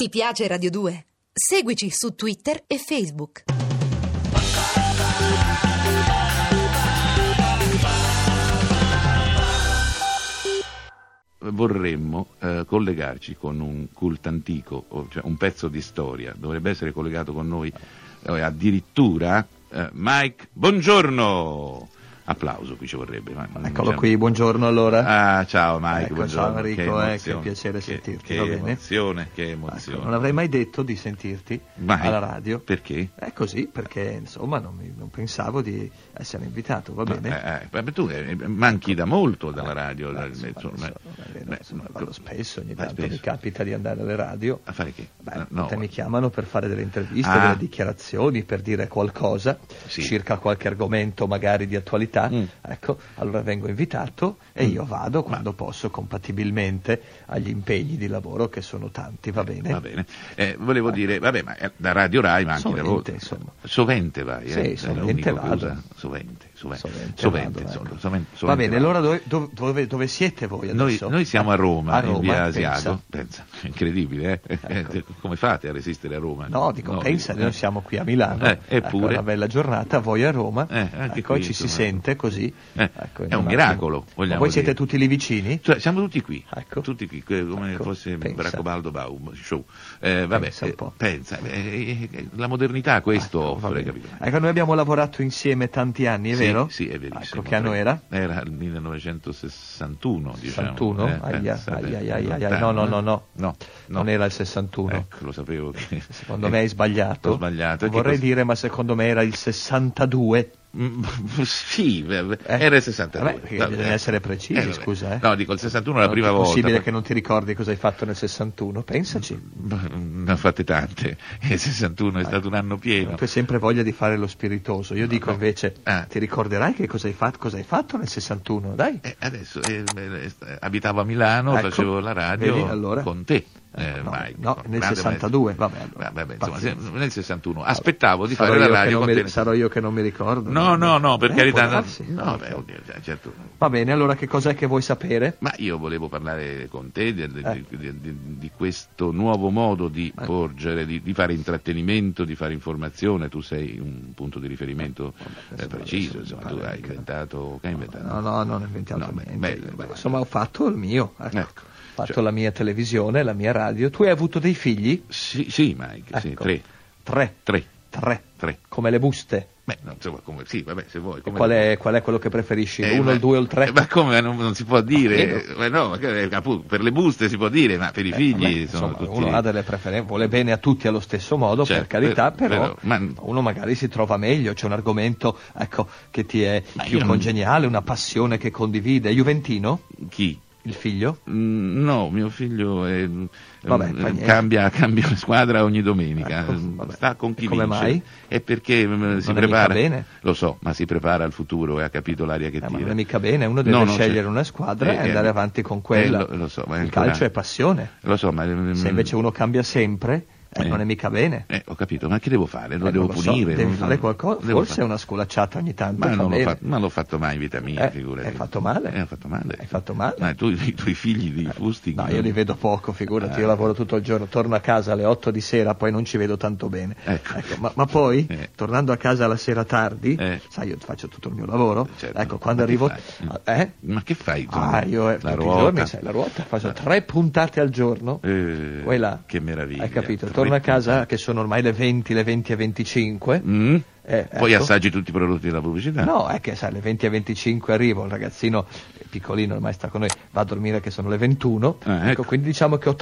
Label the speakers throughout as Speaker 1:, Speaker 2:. Speaker 1: Ti piace Radio 2? Seguici su Twitter e Facebook.
Speaker 2: vorremmo eh, collegarci con un culto antico, o cioè un pezzo di storia. Dovrebbe essere collegato con noi eh, addirittura eh, Mike. Buongiorno! Applauso qui ci vorrebbe. ma- ma non
Speaker 3: Eccolo
Speaker 2: c'è-
Speaker 3: qui, buongiorno allora.
Speaker 2: Ah, ciao Mike,
Speaker 3: Ecco,
Speaker 2: buongiorno.
Speaker 3: ciao Enrico, eh, che
Speaker 2: emozione,
Speaker 3: piacere sentirti,
Speaker 2: Che,
Speaker 3: va bene?
Speaker 2: emozione, che
Speaker 3: Ecco,
Speaker 2: emozione.
Speaker 3: non avrei mai detto di sentirti
Speaker 2: Mai.
Speaker 3: alla radio.
Speaker 2: Perché?
Speaker 3: È così, perché insomma non, mi- non pensavo di essere invitato, va
Speaker 2: Ma,
Speaker 3: bene?
Speaker 2: eh, eh, beh, tu eh, manchi da molto dalla
Speaker 3: Eh,
Speaker 2: radio.
Speaker 3: beh,
Speaker 2: dal-
Speaker 3: insomma,
Speaker 2: insomma,
Speaker 3: adesso, va bene,
Speaker 2: beh,
Speaker 3: insomma,
Speaker 2: no,
Speaker 3: vado spesso, ogni
Speaker 2: vai
Speaker 3: tanto mi
Speaker 2: spesso.
Speaker 3: capita di andare alle radio.
Speaker 2: A fare che?
Speaker 3: Beh,
Speaker 2: No,
Speaker 3: a volte
Speaker 2: no,
Speaker 3: mi chiamano per fare delle interviste,
Speaker 2: Ah.
Speaker 3: delle dichiarazioni, per dire qualcosa
Speaker 2: Sì.
Speaker 3: circa qualche argomento magari di attualità.
Speaker 2: Mm.
Speaker 3: Ecco, allora vengo invitato e
Speaker 2: Mm.
Speaker 3: io vado
Speaker 2: Ma-
Speaker 3: quando posso, compatibilmente agli impegni di lavoro che sono tanti, va bene?
Speaker 2: Va bene. Eh, volevo dire, vabbè, ma eh, da Radio Rai manchi
Speaker 3: Sovente,
Speaker 2: da voi.
Speaker 3: insomma.
Speaker 2: Sovente vai, eh?
Speaker 3: Sì,
Speaker 2: È
Speaker 3: sovente
Speaker 2: l'unica
Speaker 3: vado.
Speaker 2: cosa. Sovente, sovente.
Speaker 3: Sovente
Speaker 2: Sovente,
Speaker 3: vado,
Speaker 2: insomma,
Speaker 3: ecco.
Speaker 2: sovente-
Speaker 3: Va
Speaker 2: sovente
Speaker 3: bene,
Speaker 2: vado.
Speaker 3: allora dove, dove- dove- dove siete voi
Speaker 2: Noi,
Speaker 3: adesso?
Speaker 2: noi siamo a Roma,
Speaker 3: A
Speaker 2: in via
Speaker 3: pensa.
Speaker 2: Asiago. Pensa, incredibile, eh?
Speaker 3: Ecco.
Speaker 2: Come fate a resistere a Roma?
Speaker 3: Ah, No, dico, pensa,
Speaker 2: dico,
Speaker 3: noi
Speaker 2: eh.
Speaker 3: siamo qui a Milano,
Speaker 2: Eh,
Speaker 3: ecco,
Speaker 2: eppure,
Speaker 3: una bella giornata, voi a Roma,
Speaker 2: Eh, anche
Speaker 3: ecco,
Speaker 2: qui,
Speaker 3: ci si
Speaker 2: insomma.
Speaker 3: sente così.
Speaker 2: Eh,
Speaker 3: ecco, in
Speaker 2: è un
Speaker 3: attimo.
Speaker 2: miracolo, vogliamo
Speaker 3: Ma Voi
Speaker 2: dire.
Speaker 3: siete tutti lì vicini?
Speaker 2: Cioè, siamo tutti qui,
Speaker 3: Ecco.
Speaker 2: tutti qui, que- come
Speaker 3: Ecco,
Speaker 2: fosse
Speaker 3: pensa.
Speaker 2: Bracobaldo Baum show. Eh, vabbè,
Speaker 3: Pensa un
Speaker 2: eh,
Speaker 3: po'.
Speaker 2: pensa, eh, eh, la modernità questo
Speaker 3: Ecco, va
Speaker 2: offre,
Speaker 3: bene.
Speaker 2: capito?
Speaker 3: Ecco, noi abbiamo lavorato insieme tanti anni, è
Speaker 2: sì,
Speaker 3: vero?
Speaker 2: Sì, è verissimo. cioè,
Speaker 3: Ecco, che anno era?
Speaker 2: Era il 1961, diciamo.
Speaker 3: 61?
Speaker 2: eh,
Speaker 3: Aia,
Speaker 2: pensa,
Speaker 3: aia,
Speaker 2: beh,
Speaker 3: aia, aia, aia.
Speaker 2: lontano,
Speaker 3: No, no, no,
Speaker 2: eh.
Speaker 3: no. Non era il 61.
Speaker 2: Ecco, lo sapevo che...
Speaker 3: Secondo me hai sbagliato.
Speaker 2: Ho sbagliato. E che
Speaker 3: Vorrei
Speaker 2: cos-
Speaker 3: dire, ma secondo me era il 62.
Speaker 2: Mm, sì, beh, era il 62.
Speaker 3: Eh? Vabbè, perché
Speaker 2: Vabbè.
Speaker 3: bisogna essere precisi,
Speaker 2: Eh, vabbè.
Speaker 3: scusa. Eh.
Speaker 2: No, dico il 61 la
Speaker 3: Non
Speaker 2: prima
Speaker 3: È
Speaker 2: volta. Mm,
Speaker 3: possibile
Speaker 2: poi-
Speaker 3: che non ti ricordi cosa hai fatto nel 61, pensaci.
Speaker 2: Beh, Ne ho fatte tante. Il
Speaker 3: Ah,
Speaker 2: 61 è stato un anno pieno.
Speaker 3: Tu hai sempre voglia di fare lo spiritoso. Io dico invece,
Speaker 2: Ah.
Speaker 3: ti ricorderai che cosa hai fatto, cosa hai fatto nel 61, dai.
Speaker 2: Eh, adesso eh, eh, eh, abitavo a Milano,
Speaker 3: Ecco.
Speaker 2: facevo la radio
Speaker 3: Vedi, allora?
Speaker 2: con te. eh,
Speaker 3: Ecco, no,
Speaker 2: Mike,
Speaker 3: no,
Speaker 2: con
Speaker 3: nel
Speaker 2: grande
Speaker 3: 62,
Speaker 2: maestro.
Speaker 3: vabbè, allora,
Speaker 2: Ah, vabbè, insomma,
Speaker 3: pazienza.
Speaker 2: se- nel 61 aspettavo di
Speaker 3: Sarò
Speaker 2: fare la
Speaker 3: io che
Speaker 2: radio
Speaker 3: non
Speaker 2: con
Speaker 3: mi-
Speaker 2: te.
Speaker 3: Sarò io che non mi ricordo.
Speaker 2: No, no, no, per
Speaker 3: Eh,
Speaker 2: carità.
Speaker 3: può
Speaker 2: no,
Speaker 3: darsi.
Speaker 2: no, beh, oddio, cioè, certo.
Speaker 3: Va bene, allora che cos'è che vuoi sapere?
Speaker 2: Ma io volevo parlare con te del- del-
Speaker 3: Eh.
Speaker 2: di, di- di questo nuovo modo di
Speaker 3: Eh.
Speaker 2: porgere, di, di fare intrattenimento, di fare informazione. Tu sei un punto di riferimento eh,
Speaker 3: adesso-
Speaker 2: preciso,
Speaker 3: adesso mi
Speaker 2: insomma, tu
Speaker 3: pare
Speaker 2: hai
Speaker 3: che-
Speaker 2: inventato. Che hai inventato?
Speaker 3: No, no, non ho inventato
Speaker 2: No, beh,
Speaker 3: niente.
Speaker 2: beh, beh.
Speaker 3: Insomma, ho fatto il mio, ecco.
Speaker 2: Ecco,
Speaker 3: ho fatto
Speaker 2: cioè-
Speaker 3: la mia televisione, la mia radio. Tu hai avuto dei figli?
Speaker 2: Sì, sì, Mike, sì,
Speaker 3: Ecco.
Speaker 2: tre,
Speaker 3: Tre.
Speaker 2: tre,
Speaker 3: Tre.
Speaker 2: tre.
Speaker 3: Come le buste.
Speaker 2: Beh, no, insomma, come, sì, vabbè, se vuoi.
Speaker 3: E
Speaker 2: come-
Speaker 3: Qual è, qual è quello che preferisci?
Speaker 2: Eh,
Speaker 3: Uno,
Speaker 2: ma-
Speaker 3: il due o il tre? Ah,
Speaker 2: eh, Ma come non, non si può dire?
Speaker 3: credo.
Speaker 2: Eh, no, ma che- eh, appunto, per le buste si può dire, ma per i
Speaker 3: Eh,
Speaker 2: figli
Speaker 3: vabbè,
Speaker 2: sono
Speaker 3: insomma,
Speaker 2: tutti.
Speaker 3: uno ha delle preferenze, vuole bene a tutti allo stesso modo,
Speaker 2: Certo,
Speaker 3: per carità,
Speaker 2: però-
Speaker 3: però,
Speaker 2: però, ma-
Speaker 3: uno magari si trova meglio, c'è un argomento ecco, che ti è
Speaker 2: Ma io
Speaker 3: più
Speaker 2: non-
Speaker 3: congeniale, una passione che condivide. Juventino,
Speaker 2: Chi?
Speaker 3: il figlio?
Speaker 2: Mm, No, mio figlio è-
Speaker 3: Vabbè,
Speaker 2: mm,
Speaker 3: fa niente.
Speaker 2: cambia, cambia squadra ogni domenica,
Speaker 3: Ecco,
Speaker 2: Mm,
Speaker 3: vabbè.
Speaker 2: sta con chi
Speaker 3: E come
Speaker 2: vince.
Speaker 3: mai?
Speaker 2: È perché mm, si
Speaker 3: è mica
Speaker 2: prepara.
Speaker 3: bene.
Speaker 2: Lo so, ma si prepara al futuro e ha capito l'aria che
Speaker 3: Eh, ma
Speaker 2: tira.
Speaker 3: non è mica bene, uno deve
Speaker 2: No, no,
Speaker 3: scegliere
Speaker 2: c'è-
Speaker 3: una squadra
Speaker 2: Eh,
Speaker 3: e
Speaker 2: eh,
Speaker 3: andare avanti con quella.
Speaker 2: eh, lo, lo so, ma è
Speaker 3: il
Speaker 2: ancora-
Speaker 3: calcio è passione,
Speaker 2: Lo so, ma mm,
Speaker 3: se invece uno cambia sempre eh,
Speaker 2: Eh.
Speaker 3: non è mica bene.
Speaker 2: eh, ho capito, ma che devo fare? Lo
Speaker 3: Eh,
Speaker 2: devo
Speaker 3: non so,
Speaker 2: punire?
Speaker 3: devi
Speaker 2: Non-
Speaker 3: fare qualcosa,
Speaker 2: devo
Speaker 3: forse
Speaker 2: fare-
Speaker 3: una scolacciata ogni tanto.
Speaker 2: Ma
Speaker 3: fa
Speaker 2: non, l'ho
Speaker 3: bene.
Speaker 2: fatto, ma l'ho fatto mai in vita mia,
Speaker 3: Eh,
Speaker 2: figurati.
Speaker 3: hai fatto male.
Speaker 2: Eh, ho fatto male.
Speaker 3: Hai fatto male. Eh,
Speaker 2: Ma tu, i tuoi figli di fusti...
Speaker 3: No, io li vedo poco, figurati,
Speaker 2: Eh.
Speaker 3: io lavoro tutto il giorno, torno a casa alle 8 di sera, poi non ci vedo tanto bene.
Speaker 2: Ecco.
Speaker 3: ma, ma poi,
Speaker 2: Eh.
Speaker 3: tornando a casa la sera tardi,
Speaker 2: Eh.
Speaker 3: sai, io faccio tutto il mio lavoro,
Speaker 2: Certo.
Speaker 3: ecco, quando
Speaker 2: Ma che
Speaker 3: arrivo...
Speaker 2: fai?
Speaker 3: Eh?
Speaker 2: Ma che fai? tu?
Speaker 3: Ah, io eh,
Speaker 2: la
Speaker 3: tutti
Speaker 2: ruota.
Speaker 3: i giorni, sai, la ruota, faccio tre puntate al giorno,
Speaker 2: Eh,
Speaker 3: poi là.
Speaker 2: Che meraviglia.
Speaker 3: Hai capito?
Speaker 2: Tre
Speaker 3: Torno a
Speaker 2: puntate.
Speaker 3: casa, che sono ormai le 20, le 20 e 25,
Speaker 2: Mm?
Speaker 3: Eh,
Speaker 2: Poi
Speaker 3: ecco.
Speaker 2: assaggi tutti i prodotti della pubblicità.
Speaker 3: No, è che sai, alle 20 e 25 arrivo, un ragazzino piccolino ormai sta con noi, va a dormire che sono le 21,
Speaker 2: Ah,
Speaker 3: ecco,
Speaker 2: ecco.
Speaker 3: quindi diciamo che ho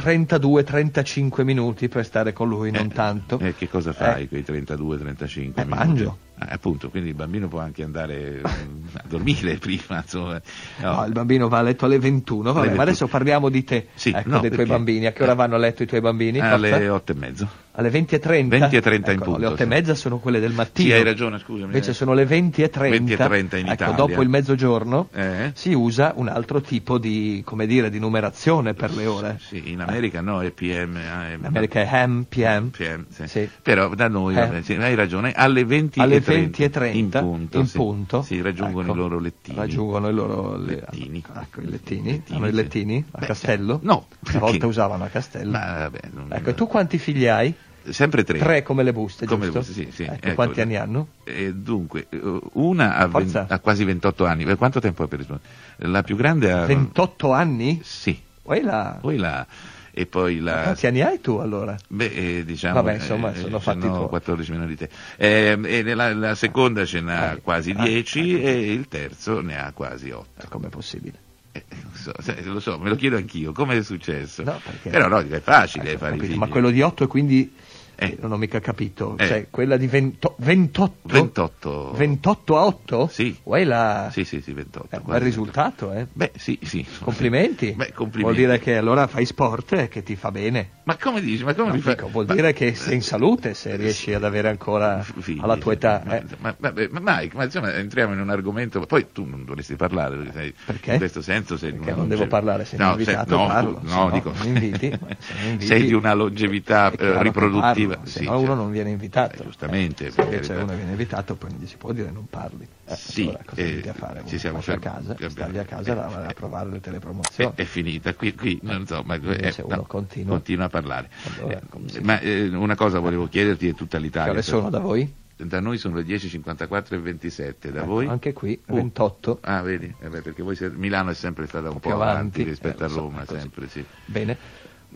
Speaker 3: 32-35 minuti per stare con lui, non
Speaker 2: Eh,
Speaker 3: tanto.
Speaker 2: eh, che cosa fai quei 32-35 minuti?
Speaker 3: Eh, mangio.
Speaker 2: Ah, appunto, quindi il bambino può anche andare mm, a dormire prima, insomma. No.
Speaker 3: No, il bambino va a letto alle 21, vabbè,
Speaker 2: Alle
Speaker 3: ma
Speaker 2: 21.
Speaker 3: adesso parliamo di te,
Speaker 2: Sì,
Speaker 3: ecco,
Speaker 2: no,
Speaker 3: dei tuoi
Speaker 2: perché- Eh.
Speaker 3: bambini, a che ora vanno a letto i tuoi bambini?
Speaker 2: Alle
Speaker 3: Costa?
Speaker 2: 8 e mezzo.
Speaker 3: Alle 20 e 30?
Speaker 2: 20 e 30 in
Speaker 3: Ecco,
Speaker 2: punto,
Speaker 3: Le 8 e
Speaker 2: sì.
Speaker 3: mezza sono quelle del mattino.
Speaker 2: Sì, hai ragione, scusami.
Speaker 3: Invece sono le 20 e 30.
Speaker 2: 20 e 30 in
Speaker 3: ecco,
Speaker 2: Italia.
Speaker 3: dopo il mezzogiorno
Speaker 2: Eh?
Speaker 3: si usa un altro tipo di, come dire, di numerazione per le ore.
Speaker 2: Sì, in America no, è PM. ah, è-
Speaker 3: In America è AM, PM.
Speaker 2: PM, sì.
Speaker 3: Sì.
Speaker 2: Però da noi,
Speaker 3: Eh.
Speaker 2: vabbè, sì, hai ragione, alle 20
Speaker 3: Alle
Speaker 2: e
Speaker 3: 20 e 30
Speaker 2: in punto,
Speaker 3: in
Speaker 2: sì.
Speaker 3: punto.
Speaker 2: Sì, raggiungono
Speaker 3: Ecco,
Speaker 2: i loro lettini.
Speaker 3: Raggiungono i loro le-
Speaker 2: Lettini.
Speaker 3: Ecco, i lettini.
Speaker 2: Lettini,
Speaker 3: Hanno i
Speaker 2: sì.
Speaker 3: lettini a
Speaker 2: Beh,
Speaker 3: castello?
Speaker 2: sì. No,
Speaker 3: Una volta
Speaker 2: perché?
Speaker 3: usavano a castello.
Speaker 2: Ma vabbè, non-
Speaker 3: Ecco, e tu quanti figli hai?
Speaker 2: Sempre tre.
Speaker 3: Tre come le buste,
Speaker 2: Come le
Speaker 3: giusto?
Speaker 2: buste, sì, sì.
Speaker 3: Ecco,
Speaker 2: Ecco.
Speaker 3: quanti anni hanno?
Speaker 2: E dunque, eh, una ha,
Speaker 3: Forza.
Speaker 2: ven- ha quasi 28 anni. Eh, Quanto tempo ha per rispondere? La più grande ha...
Speaker 3: 28 anni?
Speaker 2: Sì.
Speaker 3: Poi la...
Speaker 2: Poi la... E poi la...
Speaker 3: Quanti anni hai tu allora?
Speaker 2: Beh, eh, diciamo...
Speaker 3: Ah, Vabbè, insomma,
Speaker 2: eh,
Speaker 3: sono
Speaker 2: eh,
Speaker 3: fatti
Speaker 2: no,
Speaker 3: tuoi.
Speaker 2: 14 meno di te. Eh, e nella- la, seconda ce n'ha
Speaker 3: Ah,
Speaker 2: quasi
Speaker 3: ah,
Speaker 2: 10
Speaker 3: ecco.
Speaker 2: e il terzo ne ha quasi 8.
Speaker 3: Eh, Com'è possibile?
Speaker 2: lo Eh, so, me lo chiedo anch'io, come è successo?
Speaker 3: No, perché-
Speaker 2: Però no, dico, è facile
Speaker 3: Ecco,
Speaker 2: fare i
Speaker 3: capito,
Speaker 2: figli.
Speaker 3: Ma quello di 8 e quindi
Speaker 2: Eh.
Speaker 3: eh, non ho mica capito.
Speaker 2: Eh.
Speaker 3: Cioè, quella di 20 28?
Speaker 2: 28.
Speaker 3: 28 a 8?
Speaker 2: Sì.
Speaker 3: Uè la...
Speaker 2: Sì, sì, sì, 28.
Speaker 3: ah. Eh, bel
Speaker 2: quasi.
Speaker 3: risultato, eh.
Speaker 2: Beh, sì, sì.
Speaker 3: Complimenti.
Speaker 2: Beh, complimenti.
Speaker 3: Vuol dire che allora fai sport e che ti fa bene.
Speaker 2: Ma come dici? Ma come
Speaker 3: No,
Speaker 2: li fa-
Speaker 3: dico, vuol
Speaker 2: ma-
Speaker 3: dire che sei in salute se riesci ad avere ancora
Speaker 2: Figli,
Speaker 3: alla tua
Speaker 2: sì.
Speaker 3: età.
Speaker 2: Ma,
Speaker 3: eh.
Speaker 2: ma- ma- ma- ma Mike, ma insomma, entriamo in un argomento. Poi tu non dovresti parlare perché, sei,
Speaker 3: Perché?
Speaker 2: in questo senso sei. di
Speaker 3: Perché
Speaker 2: una
Speaker 3: non devo
Speaker 2: longevi-
Speaker 3: parlare, se mi
Speaker 2: No,
Speaker 3: invitate
Speaker 2: no,
Speaker 3: parlo,
Speaker 2: tu-
Speaker 3: se
Speaker 2: no,
Speaker 3: no
Speaker 2: dico-
Speaker 3: mi inviti, ma se mi inviti-
Speaker 2: sei di una longevità
Speaker 3: È
Speaker 2: eh,
Speaker 3: chiaro che
Speaker 2: riproduttiva.
Speaker 3: parlo, se
Speaker 2: Sì,
Speaker 3: no
Speaker 2: certo.
Speaker 3: uno non viene invitato.
Speaker 2: Eh, giustamente,
Speaker 3: Eh,
Speaker 2: per
Speaker 3: se invece
Speaker 2: carità.
Speaker 3: uno viene invitato, poi non gli si può dire non parli. Eh,
Speaker 2: Sì,
Speaker 3: allora cosa
Speaker 2: eh,
Speaker 3: devi fare?
Speaker 2: ci
Speaker 3: Uno
Speaker 2: siamo
Speaker 3: lascia a
Speaker 2: fermi-
Speaker 3: casa,
Speaker 2: abbiamo-
Speaker 3: stavi a casa
Speaker 2: eh,
Speaker 3: a, a
Speaker 2: eh,
Speaker 3: provare le
Speaker 2: è,
Speaker 3: telepromozioni.
Speaker 2: è finita qui, qui non so, ma
Speaker 3: Invece
Speaker 2: eh,
Speaker 3: uno
Speaker 2: no,
Speaker 3: continua.
Speaker 2: a parlare.
Speaker 3: Allora,
Speaker 2: Eh,
Speaker 3: come si-
Speaker 2: ma eh, una cosa volevo chiederti, è tutta
Speaker 3: che
Speaker 2: l'Italia. cioè,
Speaker 3: ore sono da voi?
Speaker 2: Da noi sono le 10.54 e 27, da
Speaker 3: Ecco,
Speaker 2: voi?
Speaker 3: Anche qui,
Speaker 2: Uh.
Speaker 3: 28.
Speaker 2: Ah, vedi? Eh beh, perché voi siete- Milano è sempre stata un po'
Speaker 3: più
Speaker 2: avanti,
Speaker 3: avanti,
Speaker 2: rispetto
Speaker 3: eh,
Speaker 2: a
Speaker 3: lo so,
Speaker 2: Roma,
Speaker 3: è così.
Speaker 2: sempre, sì.
Speaker 3: Bene.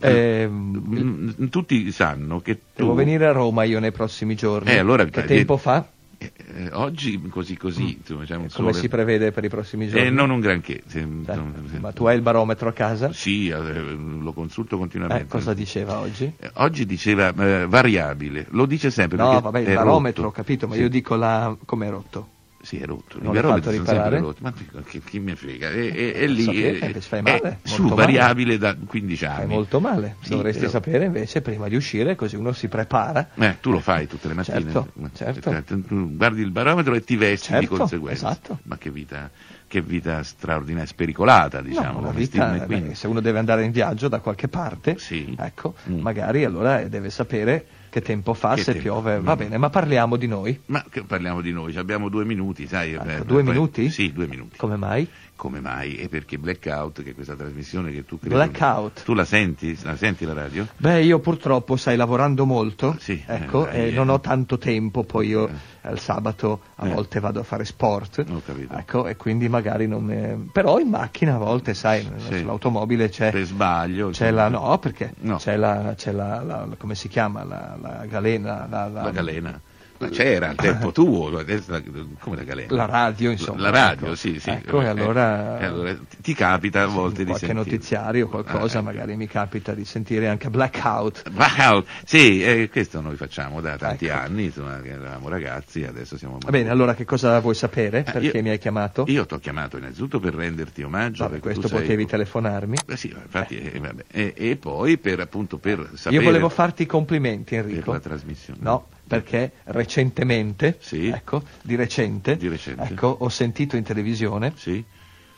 Speaker 2: Eh,
Speaker 3: Ehm,
Speaker 2: Mm, Tutti sanno che tu...
Speaker 3: devo venire a Roma io nei prossimi giorni.
Speaker 2: Eh, allora-
Speaker 3: che tempo fa?
Speaker 2: Eh, eh, oggi così così, insomma, c'è un
Speaker 3: Mm. Come
Speaker 2: sole-
Speaker 3: si prevede per i prossimi giorni?
Speaker 2: Eh, non un granché. se-
Speaker 3: Dai,
Speaker 2: non-
Speaker 3: ma tu hai il barometro a casa?
Speaker 2: Sì, eh, lo consulto continuamente.
Speaker 3: Eh, cosa diceva oggi?
Speaker 2: Eh, Oggi diceva eh, variabile, lo dice sempre.
Speaker 3: No,
Speaker 2: perché
Speaker 3: vabbè, il
Speaker 2: è
Speaker 3: barometro, ho
Speaker 2: rotto.
Speaker 3: capito, ma
Speaker 2: Sì.
Speaker 3: io dico la... com'è rotto?
Speaker 2: Sì, è rotto.
Speaker 3: Non
Speaker 2: I
Speaker 3: l'hai
Speaker 2: barometri
Speaker 3: fatto
Speaker 2: sono sempre
Speaker 3: riparare?
Speaker 2: rotti. Ma che- che- chi mi frega? E, e- e
Speaker 3: Eh,
Speaker 2: lì
Speaker 3: so che-
Speaker 2: eh,
Speaker 3: eh, ci fai
Speaker 2: è
Speaker 3: male,
Speaker 2: su
Speaker 3: molto
Speaker 2: variabile da 15
Speaker 3: Fai
Speaker 2: anni.
Speaker 3: molto male,
Speaker 2: Ah, Sì,
Speaker 3: dovresti
Speaker 2: però-
Speaker 3: sapere invece prima di uscire, così uno si prepara.
Speaker 2: Eh, tu lo fai tutte le mattine.
Speaker 3: Certo,
Speaker 2: Ma-
Speaker 3: certo.
Speaker 2: eh, Tu guardi il barometro e ti vesti di
Speaker 3: Certo,
Speaker 2: conseguenza.
Speaker 3: esatto.
Speaker 2: Ma che vita, che vita straordinaria, spericolata, diciamo.
Speaker 3: No, una
Speaker 2: come
Speaker 3: vita,
Speaker 2: stima, e quindi-
Speaker 3: beh, se uno deve andare in viaggio da qualche parte,
Speaker 2: Sì.
Speaker 3: ecco,
Speaker 2: Mm.
Speaker 3: magari allora eh, deve sapere che tempo fa,
Speaker 2: Che
Speaker 3: se
Speaker 2: tempo.
Speaker 3: piove, va
Speaker 2: Mm.
Speaker 3: bene, ma parliamo di noi.
Speaker 2: Ma che parliamo di noi, abbiamo due minuti, sai.
Speaker 3: Ecco,
Speaker 2: eh,
Speaker 3: due
Speaker 2: poi-
Speaker 3: minuti?
Speaker 2: Sì, due minuti.
Speaker 3: Come mai?
Speaker 2: Come mai? E perché Blackout, che è questa trasmissione che tu credi...
Speaker 3: Blackout.
Speaker 2: Tu la senti? La senti la radio?
Speaker 3: Beh, io purtroppo, stai lavorando molto,
Speaker 2: Sì,
Speaker 3: ecco,
Speaker 2: eh, dai,
Speaker 3: e
Speaker 2: eh.
Speaker 3: non ho tanto tempo, poi io
Speaker 2: Eh.
Speaker 3: eh, il sabato a
Speaker 2: Eh.
Speaker 3: volte vado a fare sport,
Speaker 2: Ho capito.
Speaker 3: ecco, e quindi magari non... me- Però in macchina a volte, sai,
Speaker 2: Sì.
Speaker 3: sull'automobile c'è...
Speaker 2: Per sbaglio.
Speaker 3: C'è
Speaker 2: insomma.
Speaker 3: la, no, perché
Speaker 2: No.
Speaker 3: c'è la, c'è la, la- la- come si chiama, la, la galena, la, la-
Speaker 2: La galena. Ma c'era al tempo tuo, adesso la- come la galena?
Speaker 3: la radio, insomma.
Speaker 2: La radio,
Speaker 3: ecco.
Speaker 2: sì, sì.
Speaker 3: Ecco, e
Speaker 2: Eh,
Speaker 3: allora,
Speaker 2: eh, allora ti- ti capita a volte di
Speaker 3: qualche
Speaker 2: sentire.
Speaker 3: notiziario, qualcosa,
Speaker 2: Ah, ecco.
Speaker 3: magari mi capita di sentire anche Blackout.
Speaker 2: Wow, eh, sì, eh, questo noi facciamo da tanti
Speaker 3: Ecco.
Speaker 2: anni, insomma, che eravamo ragazzi, adesso siamo
Speaker 3: Va bene, allora che cosa vuoi sapere?
Speaker 2: Eh,
Speaker 3: Perché
Speaker 2: io-
Speaker 3: mi hai chiamato?
Speaker 2: Io ti ho chiamato innanzitutto per renderti omaggio.
Speaker 3: Vabbè,
Speaker 2: perché
Speaker 3: questo
Speaker 2: tu sei-
Speaker 3: potevi telefonarmi.
Speaker 2: Eh sì, infatti, eh, vabbè. E, e poi per appunto per sapere
Speaker 3: Io volevo farti i complimenti,
Speaker 2: per
Speaker 3: Enrico.
Speaker 2: la trasmissione.
Speaker 3: No, perché recentemente,
Speaker 2: Sì.
Speaker 3: ecco, di recente,
Speaker 2: Di recente.
Speaker 3: ecco, ho sentito in televisione
Speaker 2: Sì?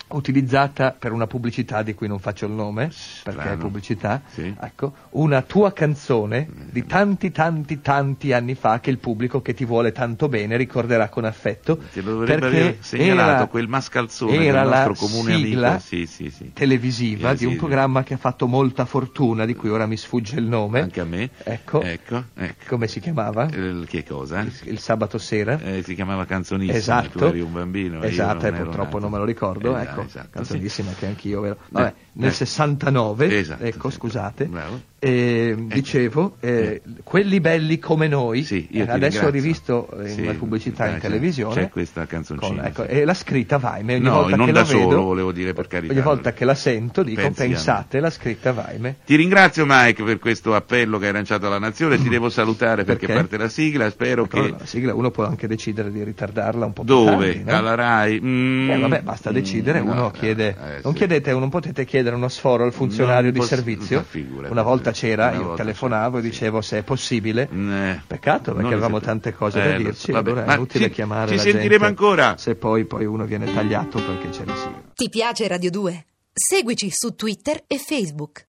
Speaker 3: utilizzata per una pubblicità di cui non faccio il nome,
Speaker 2: Strano.
Speaker 3: perché è pubblicità,
Speaker 2: Sì. Mm.
Speaker 3: ecco, una tua canzone di tanti tanti tanti anni fa che il pubblico che ti vuole tanto bene ricorderà con affetto.
Speaker 2: Te lo dovrebbe
Speaker 3: perché
Speaker 2: aver segnalato
Speaker 3: era-
Speaker 2: quel mascalzone del
Speaker 3: era
Speaker 2: nostro
Speaker 3: la
Speaker 2: comune
Speaker 3: sigla
Speaker 2: amico. Sì, sì, sì.
Speaker 3: televisiva
Speaker 2: Eh,
Speaker 3: di un
Speaker 2: sì.
Speaker 3: programma che ha fatto molta fortuna, di cui ora mi sfugge il nome.
Speaker 2: Anche a me.
Speaker 3: Ecco.
Speaker 2: Ecco, ecco.
Speaker 3: Come si chiamava?
Speaker 2: Eh, che cosa?
Speaker 3: Il, il sabato sera.
Speaker 2: Eh, si chiamava Canzonissima, tu
Speaker 3: Esatto,
Speaker 2: eri un bambino. e io
Speaker 3: esatto,
Speaker 2: non
Speaker 3: e
Speaker 2: ero
Speaker 3: purtroppo
Speaker 2: nato.
Speaker 3: non me lo ricordo,
Speaker 2: Eh,
Speaker 3: ecco,
Speaker 2: esatto,
Speaker 3: canzonissima
Speaker 2: sì.
Speaker 3: che anch'io ero.
Speaker 2: Eh,
Speaker 3: Vabbè, nel
Speaker 2: eh.
Speaker 3: 69,
Speaker 2: Esatto,
Speaker 3: ecco,
Speaker 2: sì.
Speaker 3: scusate,
Speaker 2: Bravo.
Speaker 3: eh, dicevo, eh, quelli belli come noi,
Speaker 2: Sì,
Speaker 3: eh,
Speaker 2: io ti
Speaker 3: adesso
Speaker 2: ringrazio.
Speaker 3: ho rivisto eh, in
Speaker 2: Sì,
Speaker 3: una pubblicità
Speaker 2: dai,
Speaker 3: in
Speaker 2: c'è-
Speaker 3: televisione.
Speaker 2: c'è questa canzoncina,
Speaker 3: con- ecco,
Speaker 2: sì.
Speaker 3: E la scritta Vaime, ogni
Speaker 2: No,
Speaker 3: volta
Speaker 2: non
Speaker 3: che
Speaker 2: da
Speaker 3: la
Speaker 2: solo,
Speaker 3: vedo,
Speaker 2: volevo dire, per carità.
Speaker 3: Ogni volta che la sento dico,
Speaker 2: Pensiamo.
Speaker 3: pensate, la scritta Vaime.
Speaker 2: Ti ringrazio Mike per questo appello che hai lanciato alla nazione, ti devo salutare perché,
Speaker 3: Mm. Perché? Ecco,
Speaker 2: parte la sigla, spero
Speaker 3: Però
Speaker 2: che...
Speaker 3: la sigla uno può anche decidere di ritardarla un po' più
Speaker 2: Dove?
Speaker 3: tardi, no?
Speaker 2: Alla RAI? Mm,
Speaker 3: Eh, vabbè, basta decidere,
Speaker 2: mm,
Speaker 3: uno
Speaker 2: no,
Speaker 3: chiede,
Speaker 2: eh,
Speaker 3: non
Speaker 2: sì.
Speaker 3: chiedete, non potete chiedere uno sforo al funzionario
Speaker 2: Non
Speaker 3: di
Speaker 2: poss-
Speaker 3: servizio.
Speaker 2: ma figurati,
Speaker 3: una volta c'era,
Speaker 2: una
Speaker 3: io
Speaker 2: volta
Speaker 3: telefonavo
Speaker 2: c'era,
Speaker 3: e
Speaker 2: sì.
Speaker 3: dicevo se è possibile.
Speaker 2: Eh,
Speaker 3: Peccato
Speaker 2: non
Speaker 3: perché
Speaker 2: lo
Speaker 3: avevamo
Speaker 2: sapevo.
Speaker 3: tante cose
Speaker 2: Eh,
Speaker 3: da
Speaker 2: lo so,
Speaker 3: dirci,
Speaker 2: vabbè,
Speaker 3: allora
Speaker 2: ma
Speaker 3: è inutile
Speaker 2: ci-
Speaker 3: chiamare
Speaker 2: Ci
Speaker 3: la
Speaker 2: sentiremo
Speaker 3: gente,
Speaker 2: ancora.
Speaker 3: Se poi, poi uno viene tagliato perché c'è la sigla.
Speaker 1: Ti piace Radio 2? Seguici su Twitter e Facebook.